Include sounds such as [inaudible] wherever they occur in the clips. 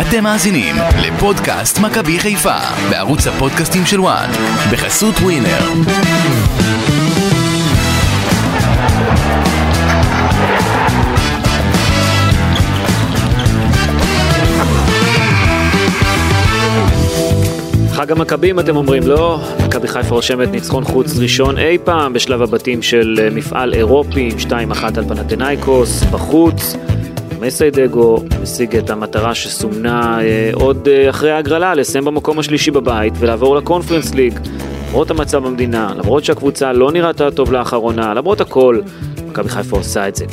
אתם מאזינים לפודקאסט מכבי חיפה בערוץ הפודקאסטים של וואן בחסות ווינר. חג המכבים אתם אומרים לא, מכבי חיפה רושמת ניצחון חוץ ראשון אי פעם בשלב הבתים של אה, מפעל אירופי, 2-1 על פנתנאיקוס, בחוץ. מסיידגו השיג את המטרה שסומנה אה, עוד אה, אחרי ההגרלה, לסיים במקום השלישי בבית ולעבור לקונפרנס ליג. למרות המצב במדינה, למרות שהקבוצה לא נראתה טוב לאחרונה, למרות הכל, מכבי חיפה עושה את זה.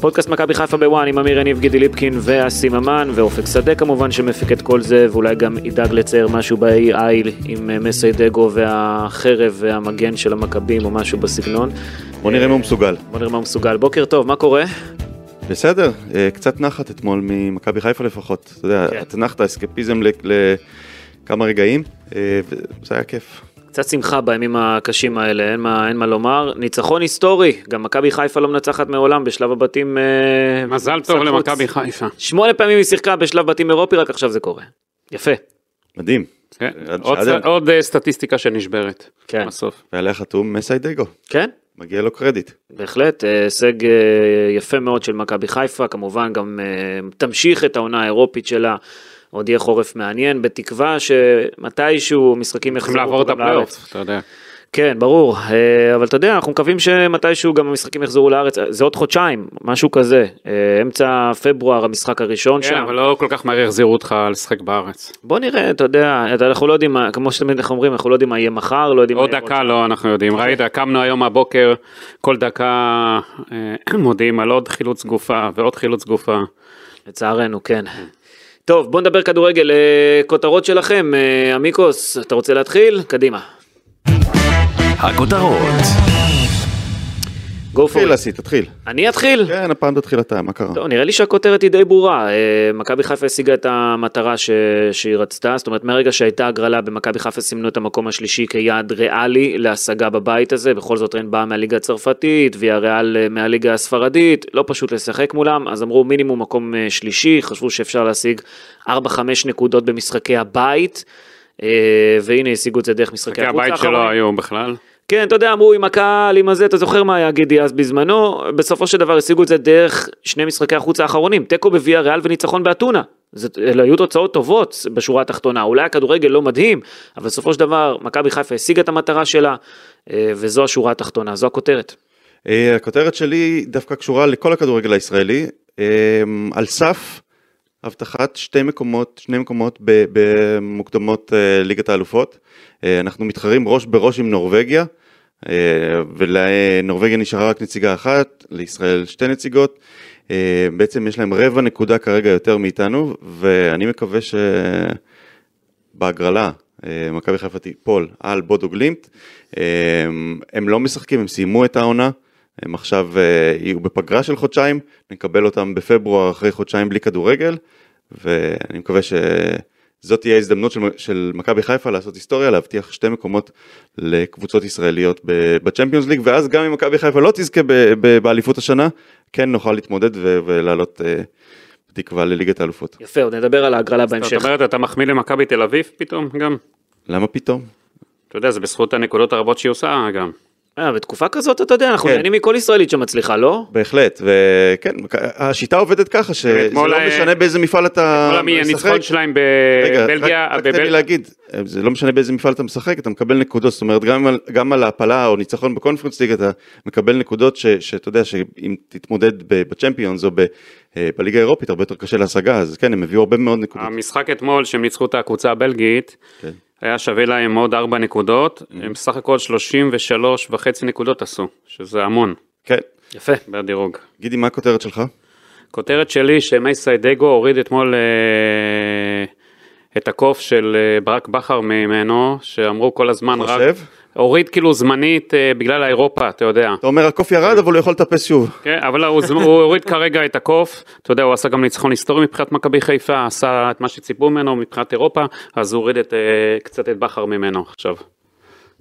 פודקאסט מכבי חיפה בוואן עם אמיר יניב, גידי ליפקין ואסי ממן ואופק שדה כמובן שמפיק את כל זה ואולי גם ידאג לצייר משהו ב-AI עם אה, מסיידגו והחרב והמגן של המכבים או משהו בסגנון. אה, בוא נראה אם הוא מסוגל. בוא נראה מה הוא מסוגל. בוקר טוב, מה קורה? בסדר, אה, קצת נחת אתמול ממכבי חיפה לפחות. אתה יודע, כן. את נחת אסקפיזם ל- לכמה רגעים, אה, וזה היה כיף. קצת שמחה בימים הקשים האלה, אין מה, אין מה לומר. ניצחון היסטורי, גם מכבי חיפה לא מנצחת מעולם בשלב הבתים. אה, מזל טוב משחק חוץ. למכבי חיפה. שמונה פעמים היא שיחקה בשלב בתים אירופי, רק עכשיו זה קורה. יפה. מדהים. כן. עד- עוד- עד- עוד אה, סטטיסטיקה שנשברת. כן. בסוף. ועליה חתום מסיידגו, כן? מגיע לו קרדיט. בהחלט, אה, הישג אה, יפה מאוד של מכבי חיפה, כמובן גם אה, תמשיך את העונה האירופית שלה, עוד יהיה חורף מעניין, בתקווה שמתישהו משחקים יחזרו צריכים לעבור את גם לארץ. הפלייאוף, אתה יודע. כן, ברור, אה, אבל אתה יודע, אנחנו מקווים שמתישהו גם המשחקים יחזרו לארץ, אה, זה עוד חודשיים, משהו כזה, אה, אמצע פברואר המשחק הראשון כן, שם. אבל לא כל כך מהר יחזירו אותך לשחק בארץ. בוא נראה, אתה יודע, אתה- אנחנו לא יודעים, מה- כמו שתמיד אנחנו אומרים, אנחנו לא יודעים מה יהיה מחר, לא יודעים מה עוד יהיה... דקה לא, אנחנו כן. יודעים. ראית, קמנו היום הבוקר, כל דקה אה, [clears throat] מודיעים על עוד חילוץ גופה ועוד חילוץ גופה. לצערנו, כן. טוב, בוא נדבר כדורגל. אה, כותרות שלכם, אה, עמיקוס, אתה רוצה להתחיל? קדימה. הכותרות go for תתחיל it. אסי, תתחיל. אני אתחיל? כן, הפעם תתחיל אתה, מה קרה? לא. טוב, נראה לי שהכותרת היא די ברורה. אה, מכבי חיפה השיגה את המטרה ש... שהיא רצתה, זאת אומרת, מהרגע שהייתה הגרלה במכבי חיפה סימנו את המקום השלישי כיעד ריאלי להשגה בבית הזה, בכל זאת רן באה מהליגה הצרפתית, ויה ריאל אה, מהליגה הספרדית, לא פשוט לשחק מולם, אז אמרו מינימום מקום אה, שלישי, חשבו שאפשר להשיג 4-5 נקודות במשחקי הבית. אה, והנה השיגו את זה דרך משחקי כי החוץ הבית האחרונים. שלו היו בכלל. כן, אתה יודע, אמרו עם הקהל, עם הזה, אתה זוכר מה היה גידי אז בזמנו, בסופו של דבר השיגו את זה דרך שני משחקי החוץ האחרונים, תיקו בוויה ריאל וניצחון באתונה. זה, אלה היו תוצאות טובות בשורה התחתונה, אולי הכדורגל לא מדהים, אבל בסופו של דבר מכבי חיפה השיגה את המטרה שלה, אה, וזו השורה התחתונה, זו הכותרת. אה, הכותרת שלי דווקא קשורה לכל הכדורגל הישראלי, אה, על סף הבטחת שתי מקומות, שני מקומות ב- במוקדמות אה, ליגת האלופות. אה, אנחנו מתחרים ראש בראש עם נורבגיה, אה, ולנורבגיה נשארה רק נציגה אחת, לישראל שתי נציגות. אה, בעצם יש להם רבע נקודה כרגע יותר מאיתנו, ואני מקווה ש... בהגרלה, אה, מכבי חיפה תיפול על בודו גלימפט. אה, הם לא משחקים, הם סיימו את העונה. הם עכשיו אה, יהיו בפגרה של חודשיים, נקבל אותם בפברואר אחרי חודשיים בלי כדורגל, ואני מקווה שזאת תהיה ההזדמנות של, של מכבי חיפה לעשות היסטוריה, להבטיח שתי מקומות לקבוצות ישראליות ב- בצ'מפיונס ליג, ואז גם אם מכבי חיפה לא תזכה ב- ב- באליפות השנה, כן נוכל להתמודד ו- ולעלות אה, בתקווה לליגת האלופות. יפה, עוד נדבר על ההגרלה זאת בהמשך. אומרת, אתה מחמיא למכבי תל אביב פתאום גם? למה פתאום? אתה יודע, זה בזכות הנקודות הרבות שהיא עושה גם. אה, בתקופה כזאת, אתה יודע, אנחנו כן. נהנים מכל ישראלית שמצליחה, לא? בהחלט, וכן, השיטה עובדת ככה, שזה אתמול לא ה- משנה באיזה מפעל אתה כל המי- משחק. הניצחון שלהם רגע, בבלגיה, רק- רק תן בבל- לי להגיד, זה לא משנה באיזה מפעל אתה משחק, אתה מקבל נקודות, זאת אומרת, גם על- גם על ההעפלה או ניצחון בקונפרנס ליג, אתה מקבל נקודות ש- שאתה יודע, שאם תתמודד ב- בצ'מפיונס או ב- אה, בליגה האירופית, הרבה יותר קשה להשגה, אז כן, הם הביאו הרבה מאוד נקודות. המשחק אתמול שהם ניצחו את הקבוצה הבלגית, כן. Mm-hmm. היה שווה להם עוד 4 נקודות, הם סך הכל 33 וחצי נקודות עשו, שזה המון כן, יפה. בדירוג. גידי, מה הכותרת שלך? כותרת שלי שמייסיידגו הוריד אתמול אה, את הקוף של אה, ברק בכר ממנו, שאמרו כל הזמן רק... חושב? הוריד כאילו זמנית אה, בגלל האירופה, אתה יודע. אתה אומר, הקוף ירד, אבל הוא יכול לטפס שוב. כן, אבל הוא, הוא הוריד כרגע את הקוף, אתה יודע, הוא עשה גם ניצחון היסטורי מבחינת מכבי חיפה, עשה את מה שציפו ממנו מבחינת אירופה, אז הוא הוריד את, אה, קצת את בכר ממנו עכשיו.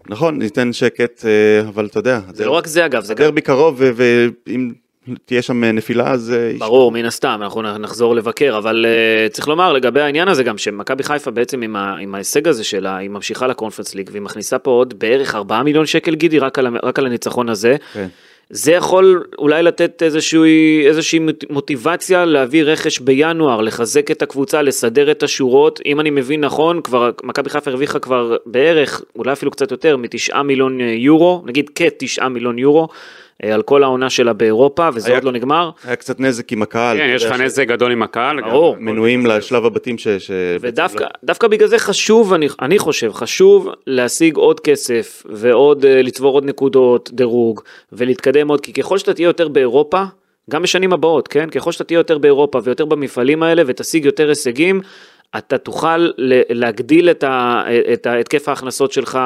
נכון, ניתן שקט, אה, אבל אתה יודע, לא כן. זה לא רק זה אגב, זה גם... דרבי קרוב, ו- ואם תהיה שם נפילה, אז... אה, ברור, מן הסתם, אנחנו נ- נחזור לבקר, אבל uh, צריך לומר לגבי העניין הזה גם שמכבי חיפה בעצם עם, ה, עם ההישג הזה שלה, היא ממשיכה לקונפרנס ליג והיא מכניסה פה עוד בערך 4 מיליון שקל גידי רק על, ה- רק על הניצחון הזה. כן. זה יכול אולי לתת איזושהי, איזושהי מוט- מוטיבציה להביא רכש בינואר, לחזק את הקבוצה, לסדר את השורות. אם אני מבין נכון, כבר מכבי חיפה הרוויחה כבר בערך, אולי אפילו קצת יותר, מתשעה מיליון אה, יורו, נגיד כתשעה מיליון יורו, אה, על כל העונה שלה באירופה, וזה היה- עוד לא נגמר. היה קצת נזק עם הקהל. כן, אתה יש יודע, לך כן. נזק גדול עם הקהל. ברור. גם- מנויים לשלב הבתים ש... ש- ודווקא דווקא בגלל זה חשוב, אני, אני חושב, חשוב להשיג עוד כסף ועוד אה, לצבור עוד נקודות דירוג ולהתקדם עוד, כי ככל שאתה תהיה יותר באירופה, גם בשנים הבאות, כן? ככל שאתה תהיה יותר באירופה ויותר במפעלים האלה ותשיג יותר הישגים, אתה תוכל ל- להגדיל את, ה, את, ה, את היקף ההכנסות שלך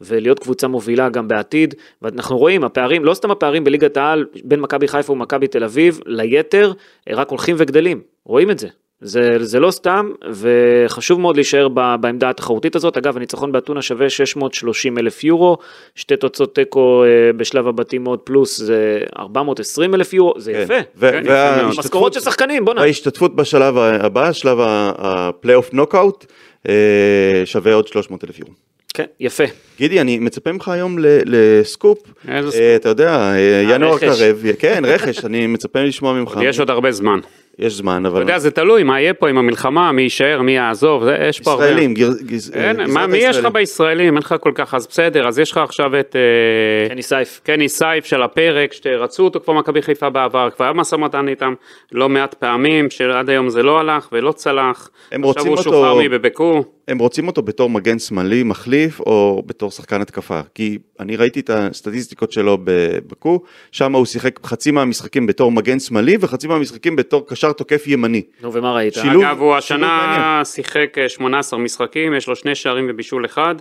ולהיות קבוצה מובילה גם בעתיד. ואנחנו רואים, הפערים, לא סתם הפערים בליגת העל בין מכבי חיפה ומכבי תל אביב ליתר, אה, רק הולכים וגדלים, רואים את זה. זה, זה לא סתם, וחשוב מאוד להישאר ב, בעמדה התחרותית הזאת. אגב, הניצחון באתונה שווה 630 אלף יורו, שתי תוצאות תיקו אה, בשלב הבתים עוד פלוס זה 420 אלף יורו, זה כן. יפה. ו- כן, יפה מאוד. וההשתתפות- משכורות של שחקנים, בוא'נה. וההשתתפות בשלב הבא, שלב ה- הפלייאוף נוקאוט, אה, שווה עוד 300 אלף יורו. כן, יפה. גידי, אני מצפה ממך היום ל- לסקופ. איזה אה, אתה יודע, אה, ינואר הרכש. קרב, כן, רכש, אני מצפה לשמוע ממך. יש [laughs] עוד הרבה זמן. כן. אתה יש זמן, אבל... יודע, זה תלוי מה יהיה פה עם המלחמה, מי יישאר, מי יעזוב, זה- יש פה הרבה. ישראלים, אה, גז- גז- אין, גזרת מה, מי יש לך הישראלים. בישראלים? אין לך כל כך, אז בסדר, אז יש לך עכשיו את... אה, קני סייף. קני סייף של הפרק, שרצו אותו כבר מכבי חיפה בעבר, כבר היה משא ומתן איתם לא מעט פעמים, שעד היום זה לא הלך ולא צלח. הם רוצים אותו- עכשיו הוא שוחרר מבבקו. הם רוצים אותו בתור מגן שמאלי מחליף או בתור שחקן התקפה כי אני ראיתי את הסטטיסטיקות שלו בבקו שם הוא שיחק חצי מהמשחקים בתור מגן שמאלי וחצי מהמשחקים בתור קשר תוקף ימני. נו, ומה ראית? שילוב. אגב, הוא השנה מעניין. שיחק אה, 18 משחקים, יש לו שני שערים ובישול אחד,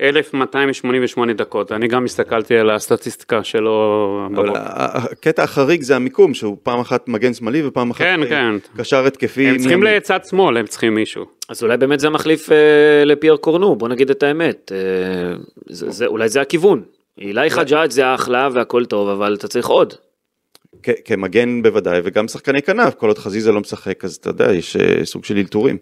1288 דקות. אני גם הסתכלתי על הסטטיסטיקה שלו. אבל ה- בבוקר. ה- הקטע החריג זה המיקום שהוא פעם אחת מגן שמאלי ופעם אחת כן, אה, כן. קשר התקפי. הם צריכים ימני. לצד שמאל, הם צריכים מישהו. אז אולי באמת זה המחליף אה, לפייר קורנו, בוא נגיד את האמת. אה, זה, זה, אולי זה הכיוון. אילי חג'אג' זה אחלה והכל טוב, אבל אתה צריך עוד. כ- כמגן בוודאי וגם שחקני כנף כל עוד חזיזה לא משחק אז אתה יודע יש אה, סוג של אלתורים.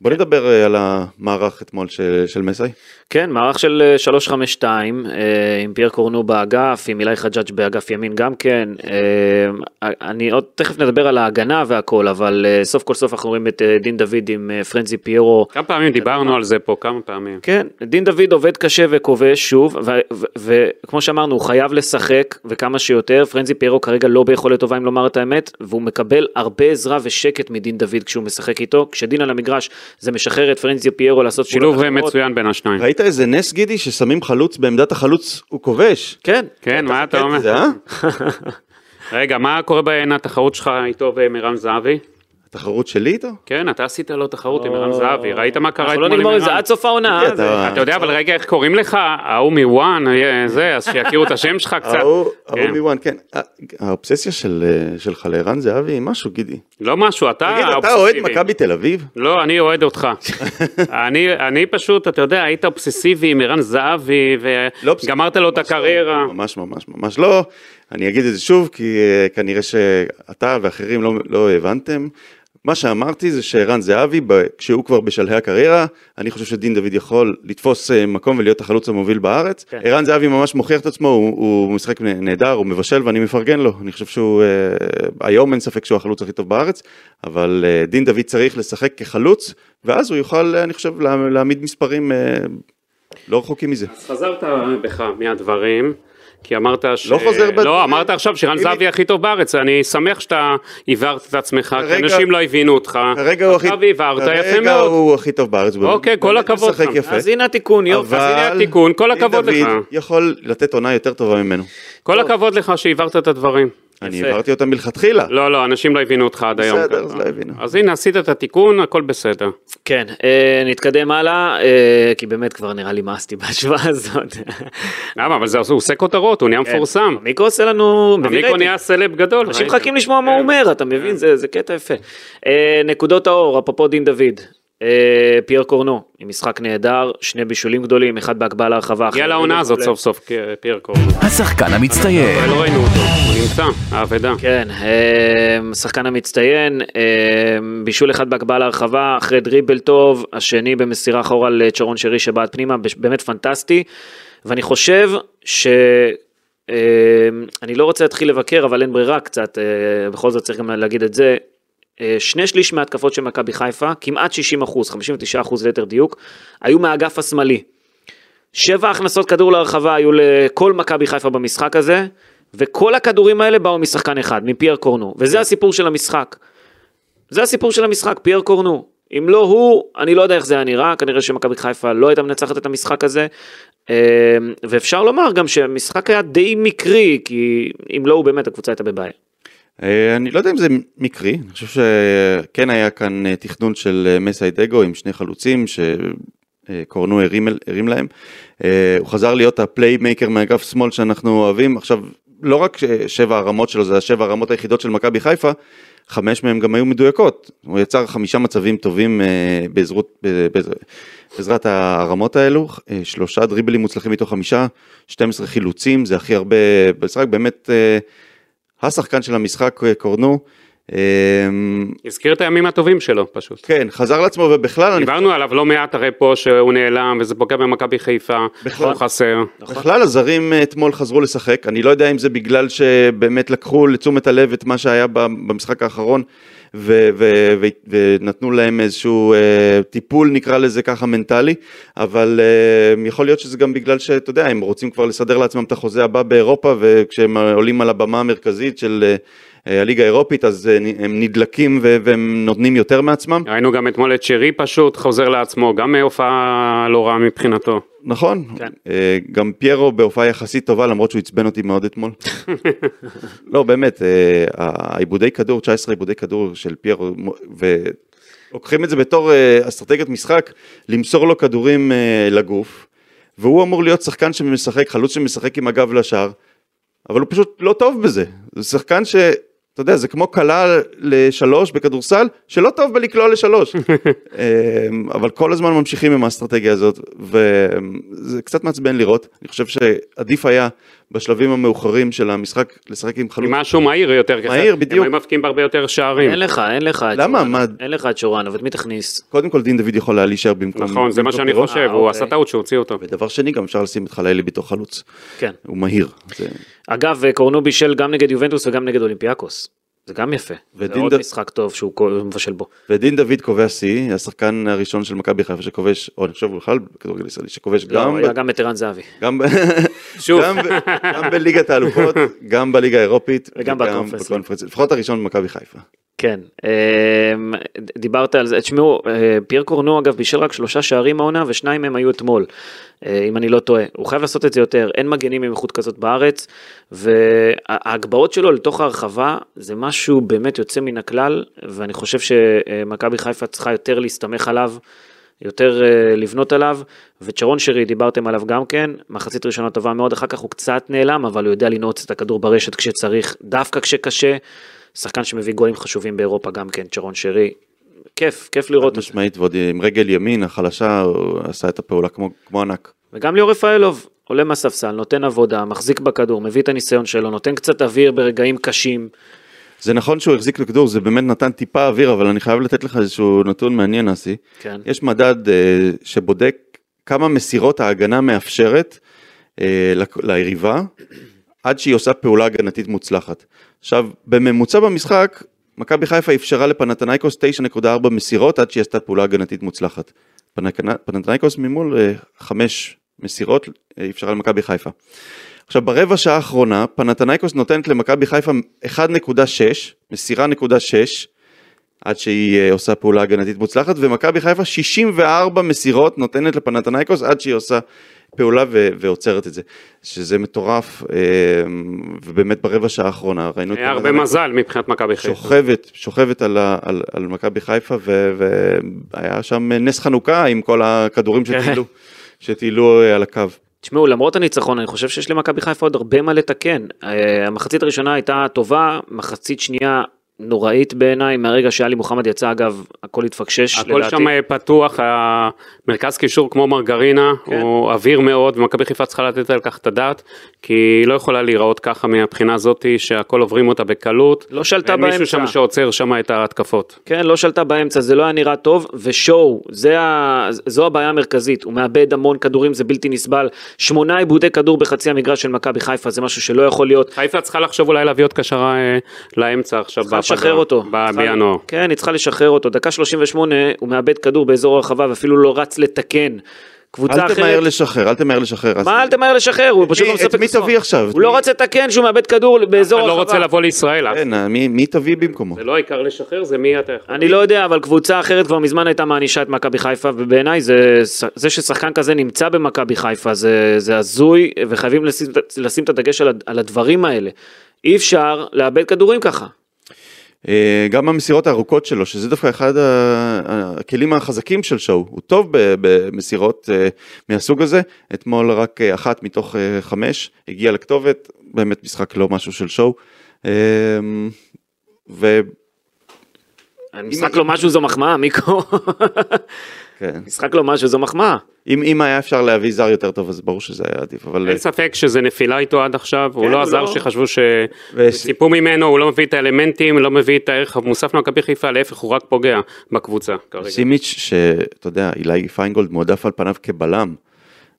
בוא נדבר אה, על המערך אתמול של, של מסי. כן, מערך של אה, 352, אה, עם פייר קורנו באגף, עם אילי חג'אג' באגף ימין גם כן. אה, אני עוד תכף נדבר על ההגנה והכל, אבל אה, סוף כל סוף אנחנו רואים את אה, דין דוד עם אה, פרנזי פיירו. כמה כן. פעמים דיברנו על זה פה, כמה פעמים. כן, דין דוד עובד קשה וכובש שוב, ו- ו- וכמו שאמרנו, הוא חייב לשחק וכמה שיותר, פרנזי פיירו כרגע לא ביכולת טובה אם לומר את האמת, והוא מקבל הרבה עזרה ושקט מדין דוד כשהוא משחק איתו, כשדין על המגרש זה משחרר את פרנזי פיירו לעשות פעולות שילוב אה, אחרות. מצוין בין השניים. ראית איזה נס גידי ששמים חלוץ בעמדת החלוץ הוא כובש. כן, כן, מה אתה אומר? זה, אה? [laughs] רגע, מה קורה בעין התחרות שלך איתו ומירן זהבי? התחרות שלי איתו? כן, אתה עשית לו תחרות עם מירן זהבי, ראית מה קרה אנחנו אתמול לא עם מירן? נגמור את זה עד סוף העונה. אה, אתה- זה- אתה יודע, אבל רגע, איך קוראים לך? ההוא מוואן, אה, זה, אז שיכירו את השם שלך קצת. ההוא כן. ההוא מוואן, כן. הא- האובססיה של, אה, שלך לערן זהבי היא משהו, גידי. לא משהו, אתה תגיד, אתה האובססיבי. אוהד מכבי תל [laughs] אביב? לא, אני אוהד אותך. אני, אני פשוט, אתה יודע, היית אובססיבי עם ערן זהבי, לא אובססיבי, וגמרת לו את ממש לא, הקריירה. ממש ממש ממש לא. אני אגיד את זה שוב, כי אה, כנראה שאתה ואחרים לא- לא הבנתם. מה שאמרתי זה שערן זהבי, ב- כשהוא כבר בשלהי הקריירה, אני חושב שדין דוד יכול לתפוס אה, מקום ולהיות החלוץ המוביל בארץ. כן. ערן זהבי ממש מוכיח את עצמו, הוא- הוא משחק נ- נהדר, הוא מבשל ואני מפרגן לו. אני חושב שהוא, אה, היום אין ספק שהוא החלוץ הכי טוב בארץ, אבל אה, דין דוד צריך לשחק כחלוץ, ואז הוא יוכל, אה, אני חושב, לה- להעמיד מספרים אה, לא רחוקים מזה. אז חזרת בך מהדברים. כי אמרת ש... לא חוזר בדברים. לא, אמרת עכשיו שרן אם- זהבי הכי טוב בארץ, אני שמח שאתה הבהרת את עצמך, כי כרגע- אנשים לא הבינו אותך. כרגע הוא הכי... עכשיו הבהרת, יפה כרגע מאוד. הוא הכי טוב בארץ. הוא אוקיי, באמת כל הכבוד משחק לך. יפה. אז הנה התיקון, יופי. אבל אז הנה התיקון, כל דין הכבוד לך. דוד יכול לתת עונה יותר טובה ממנו. כל הכבוד לך שהבהרת את הדברים. אני הבהרתי אותה מלכתחילה. לא, לא, אנשים לא הבינו אותך עד היום. בסדר, ככה. אז לא הבינו. אז הנה, עשית את התיקון, הכל בסדר. כן, אה, נתקדם הלאה, אה, כי באמת כבר נראה לי מאסתי בהשוואה [laughs] הזאת. למה? אבל זה הוא עושה כותרות, הוא נהיה כן. מפורסם. המיקרו עושה לנו... מביא המיקרו רייטינג. נהיה סלב גדול. כן. אנשים ראית? מחכים לשמוע מה הוא אומר, אתה מבין? זה זה קטע יפה. אה, נקודות האור, אפרופו דין דוד. אה, פייר קורנו, עם משחק נהדר, שני בישולים גדולים, אחד בהקבעה להרחבה. אחר הגיע כך לעונה הזאת וכו'. סוף סוף כ- פייר קורנו. השחקן המצטיין. אבל לא ראינו אותו, הוא נמצא, האבדה. כן, אה, שחקן המצטיין, אה, בישול אחד בהקבעה להרחבה, אחרי דריבל טוב, השני במסירה אחורה לצ'רון שרי שבעט פנימה, בש- באמת פנטסטי. ואני חושב ש... אה, אני לא רוצה להתחיל לבקר, אבל אין ברירה קצת, אה, בכל זאת צריך גם להגיד את זה. אה, שני שליש מההתקפות של מכבי חיפה, כמעט 60 אחוז, 59 אחוז ליתר דיוק, היו מהאגף השמאלי. שבע הכנסות כדור להרחבה היו לכל מכבי חיפה במשחק הזה, וכל הכדורים האלה באו משחקן אחד, מפייר קורנו, וזה הסיפור של המשחק. זה הסיפור של המשחק, פייר קורנו. אם לא הוא, אני לא יודע איך זה היה נראה, כנראה שמכבי חיפה לא הייתה מנצחת את המשחק הזה. אמ, ואפשר לומר גם שהמשחק היה די מקרי, כי אם לא הוא באמת הקבוצה הייתה בבעיה. אה, אני לא יודע אם זה מקרי, אני חושב שכן היה כאן אה, תכנון של אה, מסיידגו עם שני חלוצים שקורנו הרים, אל- הרים להם. אה, הוא חזר להיות הפליימייקר מאגף שמאל שאנחנו אוהבים. עכשיו, לא רק ש- שבע הרמות שלו, זה השבע הרמות היחידות של מכבי חיפה, חמש מהן גם היו מדויקות. הוא יצר חמישה מצבים טובים אה, בעזרות, ב- בעז- בעזרת הרמות האלו, אה, שלושה דריבלים מוצלחים מתוך חמישה, 12 חילוצים, זה הכי הרבה במשחק, באמת... אה, השחקן של המשחק אה, קורנו. אמ, הזכיר את הימים הטובים שלו פשוט. כן, חזר לעצמו ובכלל אני... דיברנו עליו לא מעט הרי פה שהוא נעלם וזה פוגע במכבי חיפה, בכלל. הוא חסר. בכלל הזרים אה, אתמול חזרו לשחק, אני לא יודע אם זה בגלל שבאמת לקחו לתשומת הלב את מה שהיה ב- במשחק האחרון ו- ו- ו- ונתנו להם איזשהו אה, טיפול נקרא לזה ככה מנטלי, אבל אה, יכול להיות שזה גם בגלל שאתה יודע, הם רוצים כבר לסדר לעצמם את החוזה הבא באירופה וכשהם עולים על הבמה המרכזית של אה, אה, הליגה האירופית אז אה, נ- הם נדלקים ו- והם נותנים יותר מעצמם. ראינו גם אתמול את שרי פשוט חוזר לעצמו, גם הופעה לא רעה מבחינתו. נכון, כן. אה, גם פיירו בהופעה יחסית טובה למרות שהוא עצבן אותי מאוד אתמול. לא באמת, אה, העיבודי כדור, 19 עיבודי כדור של פיירו, ולוקחים את זה בתור אה, אסטרטגיית משחק, למסור לו כדורים אה, לגוף, והוא אמור להיות שחקן שמשחק, חלוץ שמשחק עם הגב לשער, אבל הוא פשוט לא טוב בזה, זה שחקן ש... אתה יודע, זה כמו כלה לשלוש בכדורסל, שלא טוב בלקלוע [laughs] לשלוש. אמ, אבל כל הזמן ממשיכים עם האסטרטגיה הזאת, וזה קצת מעצבן לראות. אני חושב שעדיף היה בשלבים המאוחרים של המשחק לשחק עם חלוץ. עם משהו מהיר יותר. ככה. מהיר, בדיוק. הם היו מבקיעים בהרבה יותר שערים. אין לך, אין לך את כן. למה? שורן, מה? אין לך את שורן, אבל את מי תכניס? קודם כל דין דוד יכול היה להישאר במקום. נכון, זה מה במקום שאני פירו. חושב, אה, הוא אוקיי. עשה טעות שהוציא אותו. ודבר שני, גם אפשר לשים את חלילי בתור חלוץ. כן. הוא מהיר. זה- אגב, אה, קורנו בישל גם נגד יובנטוס וגם נגד אולימפיאקוס. זה גם יפה. זה ודין עוד ד- משחק טוב שהוא כל- מבשל בו. ודין דוד קובע שיא, השחקן הראשון של מכבי חיפה שכובש, או אני חושב הוא בכלל בכדורגל ישראלי, שכובש לא, גם... היה גם את ערן זהבי. [laughs] גם, ב- שוב. גם, ב- גם בליגת האלופות, גם בליגה האירופית, וגם בקונפרנס. בקונפרנס, לפחות הראשון במכבי חיפה. כן, אמ, ד- דיברת על זה, תשמעו, אה, פייר קורנו אגב בישל רק שלושה שערים העונה ושניים מהם היו אתמול, אה, אם אני לא טועה, הוא חייב לעשות את זה יותר, אין מגנים עם איכות כזאת בארץ, וההגבהות שלו לתוך הרחבה זה משהו באמת יוצא מן הכלל, ואני חושב שמכבי חיפה צריכה יותר להסתמך עליו. יותר אה, לבנות עליו, וצ'רון שרי, דיברתם עליו גם כן, מחצית ראשונה טובה מאוד, אחר כך הוא קצת נעלם, אבל הוא יודע לנעוץ את הכדור ברשת כשצריך, דווקא כשקשה, שחקן שמביא גולים חשובים באירופה גם כן, צ'רון שרי, כיף, כיף לראות חד את זה, משמעית, ועוד עם רגל ימין החלשה, הוא עשה את הפעולה כמו, כמו ענק. וגם ליאור רפאלוב, עולה מהספסל, נותן עבודה, מחזיק בכדור, מביא את הניסיון שלו, נותן קצת אוויר ברגעים קשים, זה נכון שהוא החזיק לכדור, זה באמת נתן טיפה אוויר, אבל אני חייב לתת לך איזשהו נתון מעניין, אסי. כן, יש מדד אה, שבודק כמה מסירות ההגנה מאפשרת אה, לק- ליריבה, עד שהיא עושה פעולה הגנתית מוצלחת. עכשיו, בממוצע במשחק, מכבי חיפה אפשרה לפנתנייקוס 9.4 מסירות עד שהיא עשתה פעולה הגנתית מוצלחת. פנקנ- פנתנייקוס ממול 5 מסירות אה, אפשרה למכבי חיפה. עכשיו ברבע שעה האחרונה פנתנייקוס נותנת למכבי חיפה 1.6, מסירה נקודה 6, עד שהיא אה, עושה פעולה הגנתית מוצלחת, ומכבי חיפה 64 מסירות נותנת לפנתנייקוס עד שהיא עושה פעולה ו- ועוצרת את זה, שזה מטורף, אה, ובאמת ברבע שעה האחרונה ראינו את היה הרבה פנתנייקוס מזל מבחינת מכבי חיפה. שוכבת, שוכבת על, ה- על, על מכבי חיפה, ו- והיה שם נס חנוכה עם כל הכדורים כן. שטיילו, שטיילו אה, על הקו. תשמעו, למרות הניצחון, אני חושב שיש למכבי חיפה עוד הרבה מה לתקן. אה, המחצית הראשונה הייתה טובה, מחצית שנייה נוראית בעיניי, מהרגע שאלי מוחמד יצא, אגב, הכל התפקשש לדעתי. הכל שם אה, פתוח, המרכז קישור כמו מרגרינה, כן. הוא אוויר מאוד, ומכבי חיפה צריכה לתת על כך את הדעת, כי היא לא יכולה להיראות ככה מהבחינה הזאתי, שהכל עוברים אותה בקלות. לא שלטה אין אה, מישהו באמצע. שם שעוצר שם את ההתקפות. כן, לא שלטה באמצע, זה לא היה נראה טוב, ושואו, זה ה... זו הבעיה המרכזית, הוא מאבד המון כדורים, זה בלתי נסבל. שמונה עיבודי כדור בחצי המגרש של מכבי חיפה, זה משהו שלא יכול להיות. חיפה צריכה לחשוב אולי להביא עוד קשרה אה, לאמצע עכשיו. צריכה בפגרה, לשחרר אותו. ב- צריכה- בינואר. כן, היא צריכה לשחרר אותו. דקה 38, הוא מאבד כדור באזור הרחבה ואפילו לא רץ לתקן. קבוצה אל אחרת... תמהר לשחרר, אל תמהר לשחרר. אז- מה אל תמהר לשחרר? הוא פשוט מי- לא את מספק מי עצמו. תביא עכשיו? הוא לא רץ לתקן שהוא מאבד כדור באזור אתה הרחבה. לא רוצה לבוא לישראל, אז. כן, מי- מי תביא במקומו? זה לא העיקר לשחרר, זה מי אתה יכול. אני לא יודע, אבל קבוצה אחרת כבר מזמן הייתה מענישה את מכבי חיפה, ובעיניי זה, זה ששחקן כזה נמצא במכבי חיפה זה, זה הזוי, וחייבים לשים, לשים את הדגש על, הד- על הדברים האלה. אי אפשר לאבד כדורים ככה. אה, גם המסירות הארוכות שלו, שזה דווקא אחד ה- הכלים החזקים של שואו, הוא טוב ב- במסירות אה, מהסוג הזה, אתמול רק אה, אחת מתוך אה, חמש הגיעה לכתובת, באמת משחק לא משהו של שואו. אה, וכן, משחק לו משהו זו מחמאה, מיקו. [laughs] כן. משחק לו משהו זו מחמאה. אם, אם היה אפשר להביא זר יותר טוב אז ברור שזה היה עדיף, אבל אין ספק שזה נפילה איתו עד עכשיו, הוא כן, לא הוא הזר לא- שחשבו וש- שציפו ממנו, הוא לא מביא את האלמנטים, לא מביא את הערך המוסף למכבי חיפה, להפך הוא רק פוגע בקבוצה כרגע. סימיץ' שאתה יודע, אילי פיינגולד מועדף על פניו כבלם,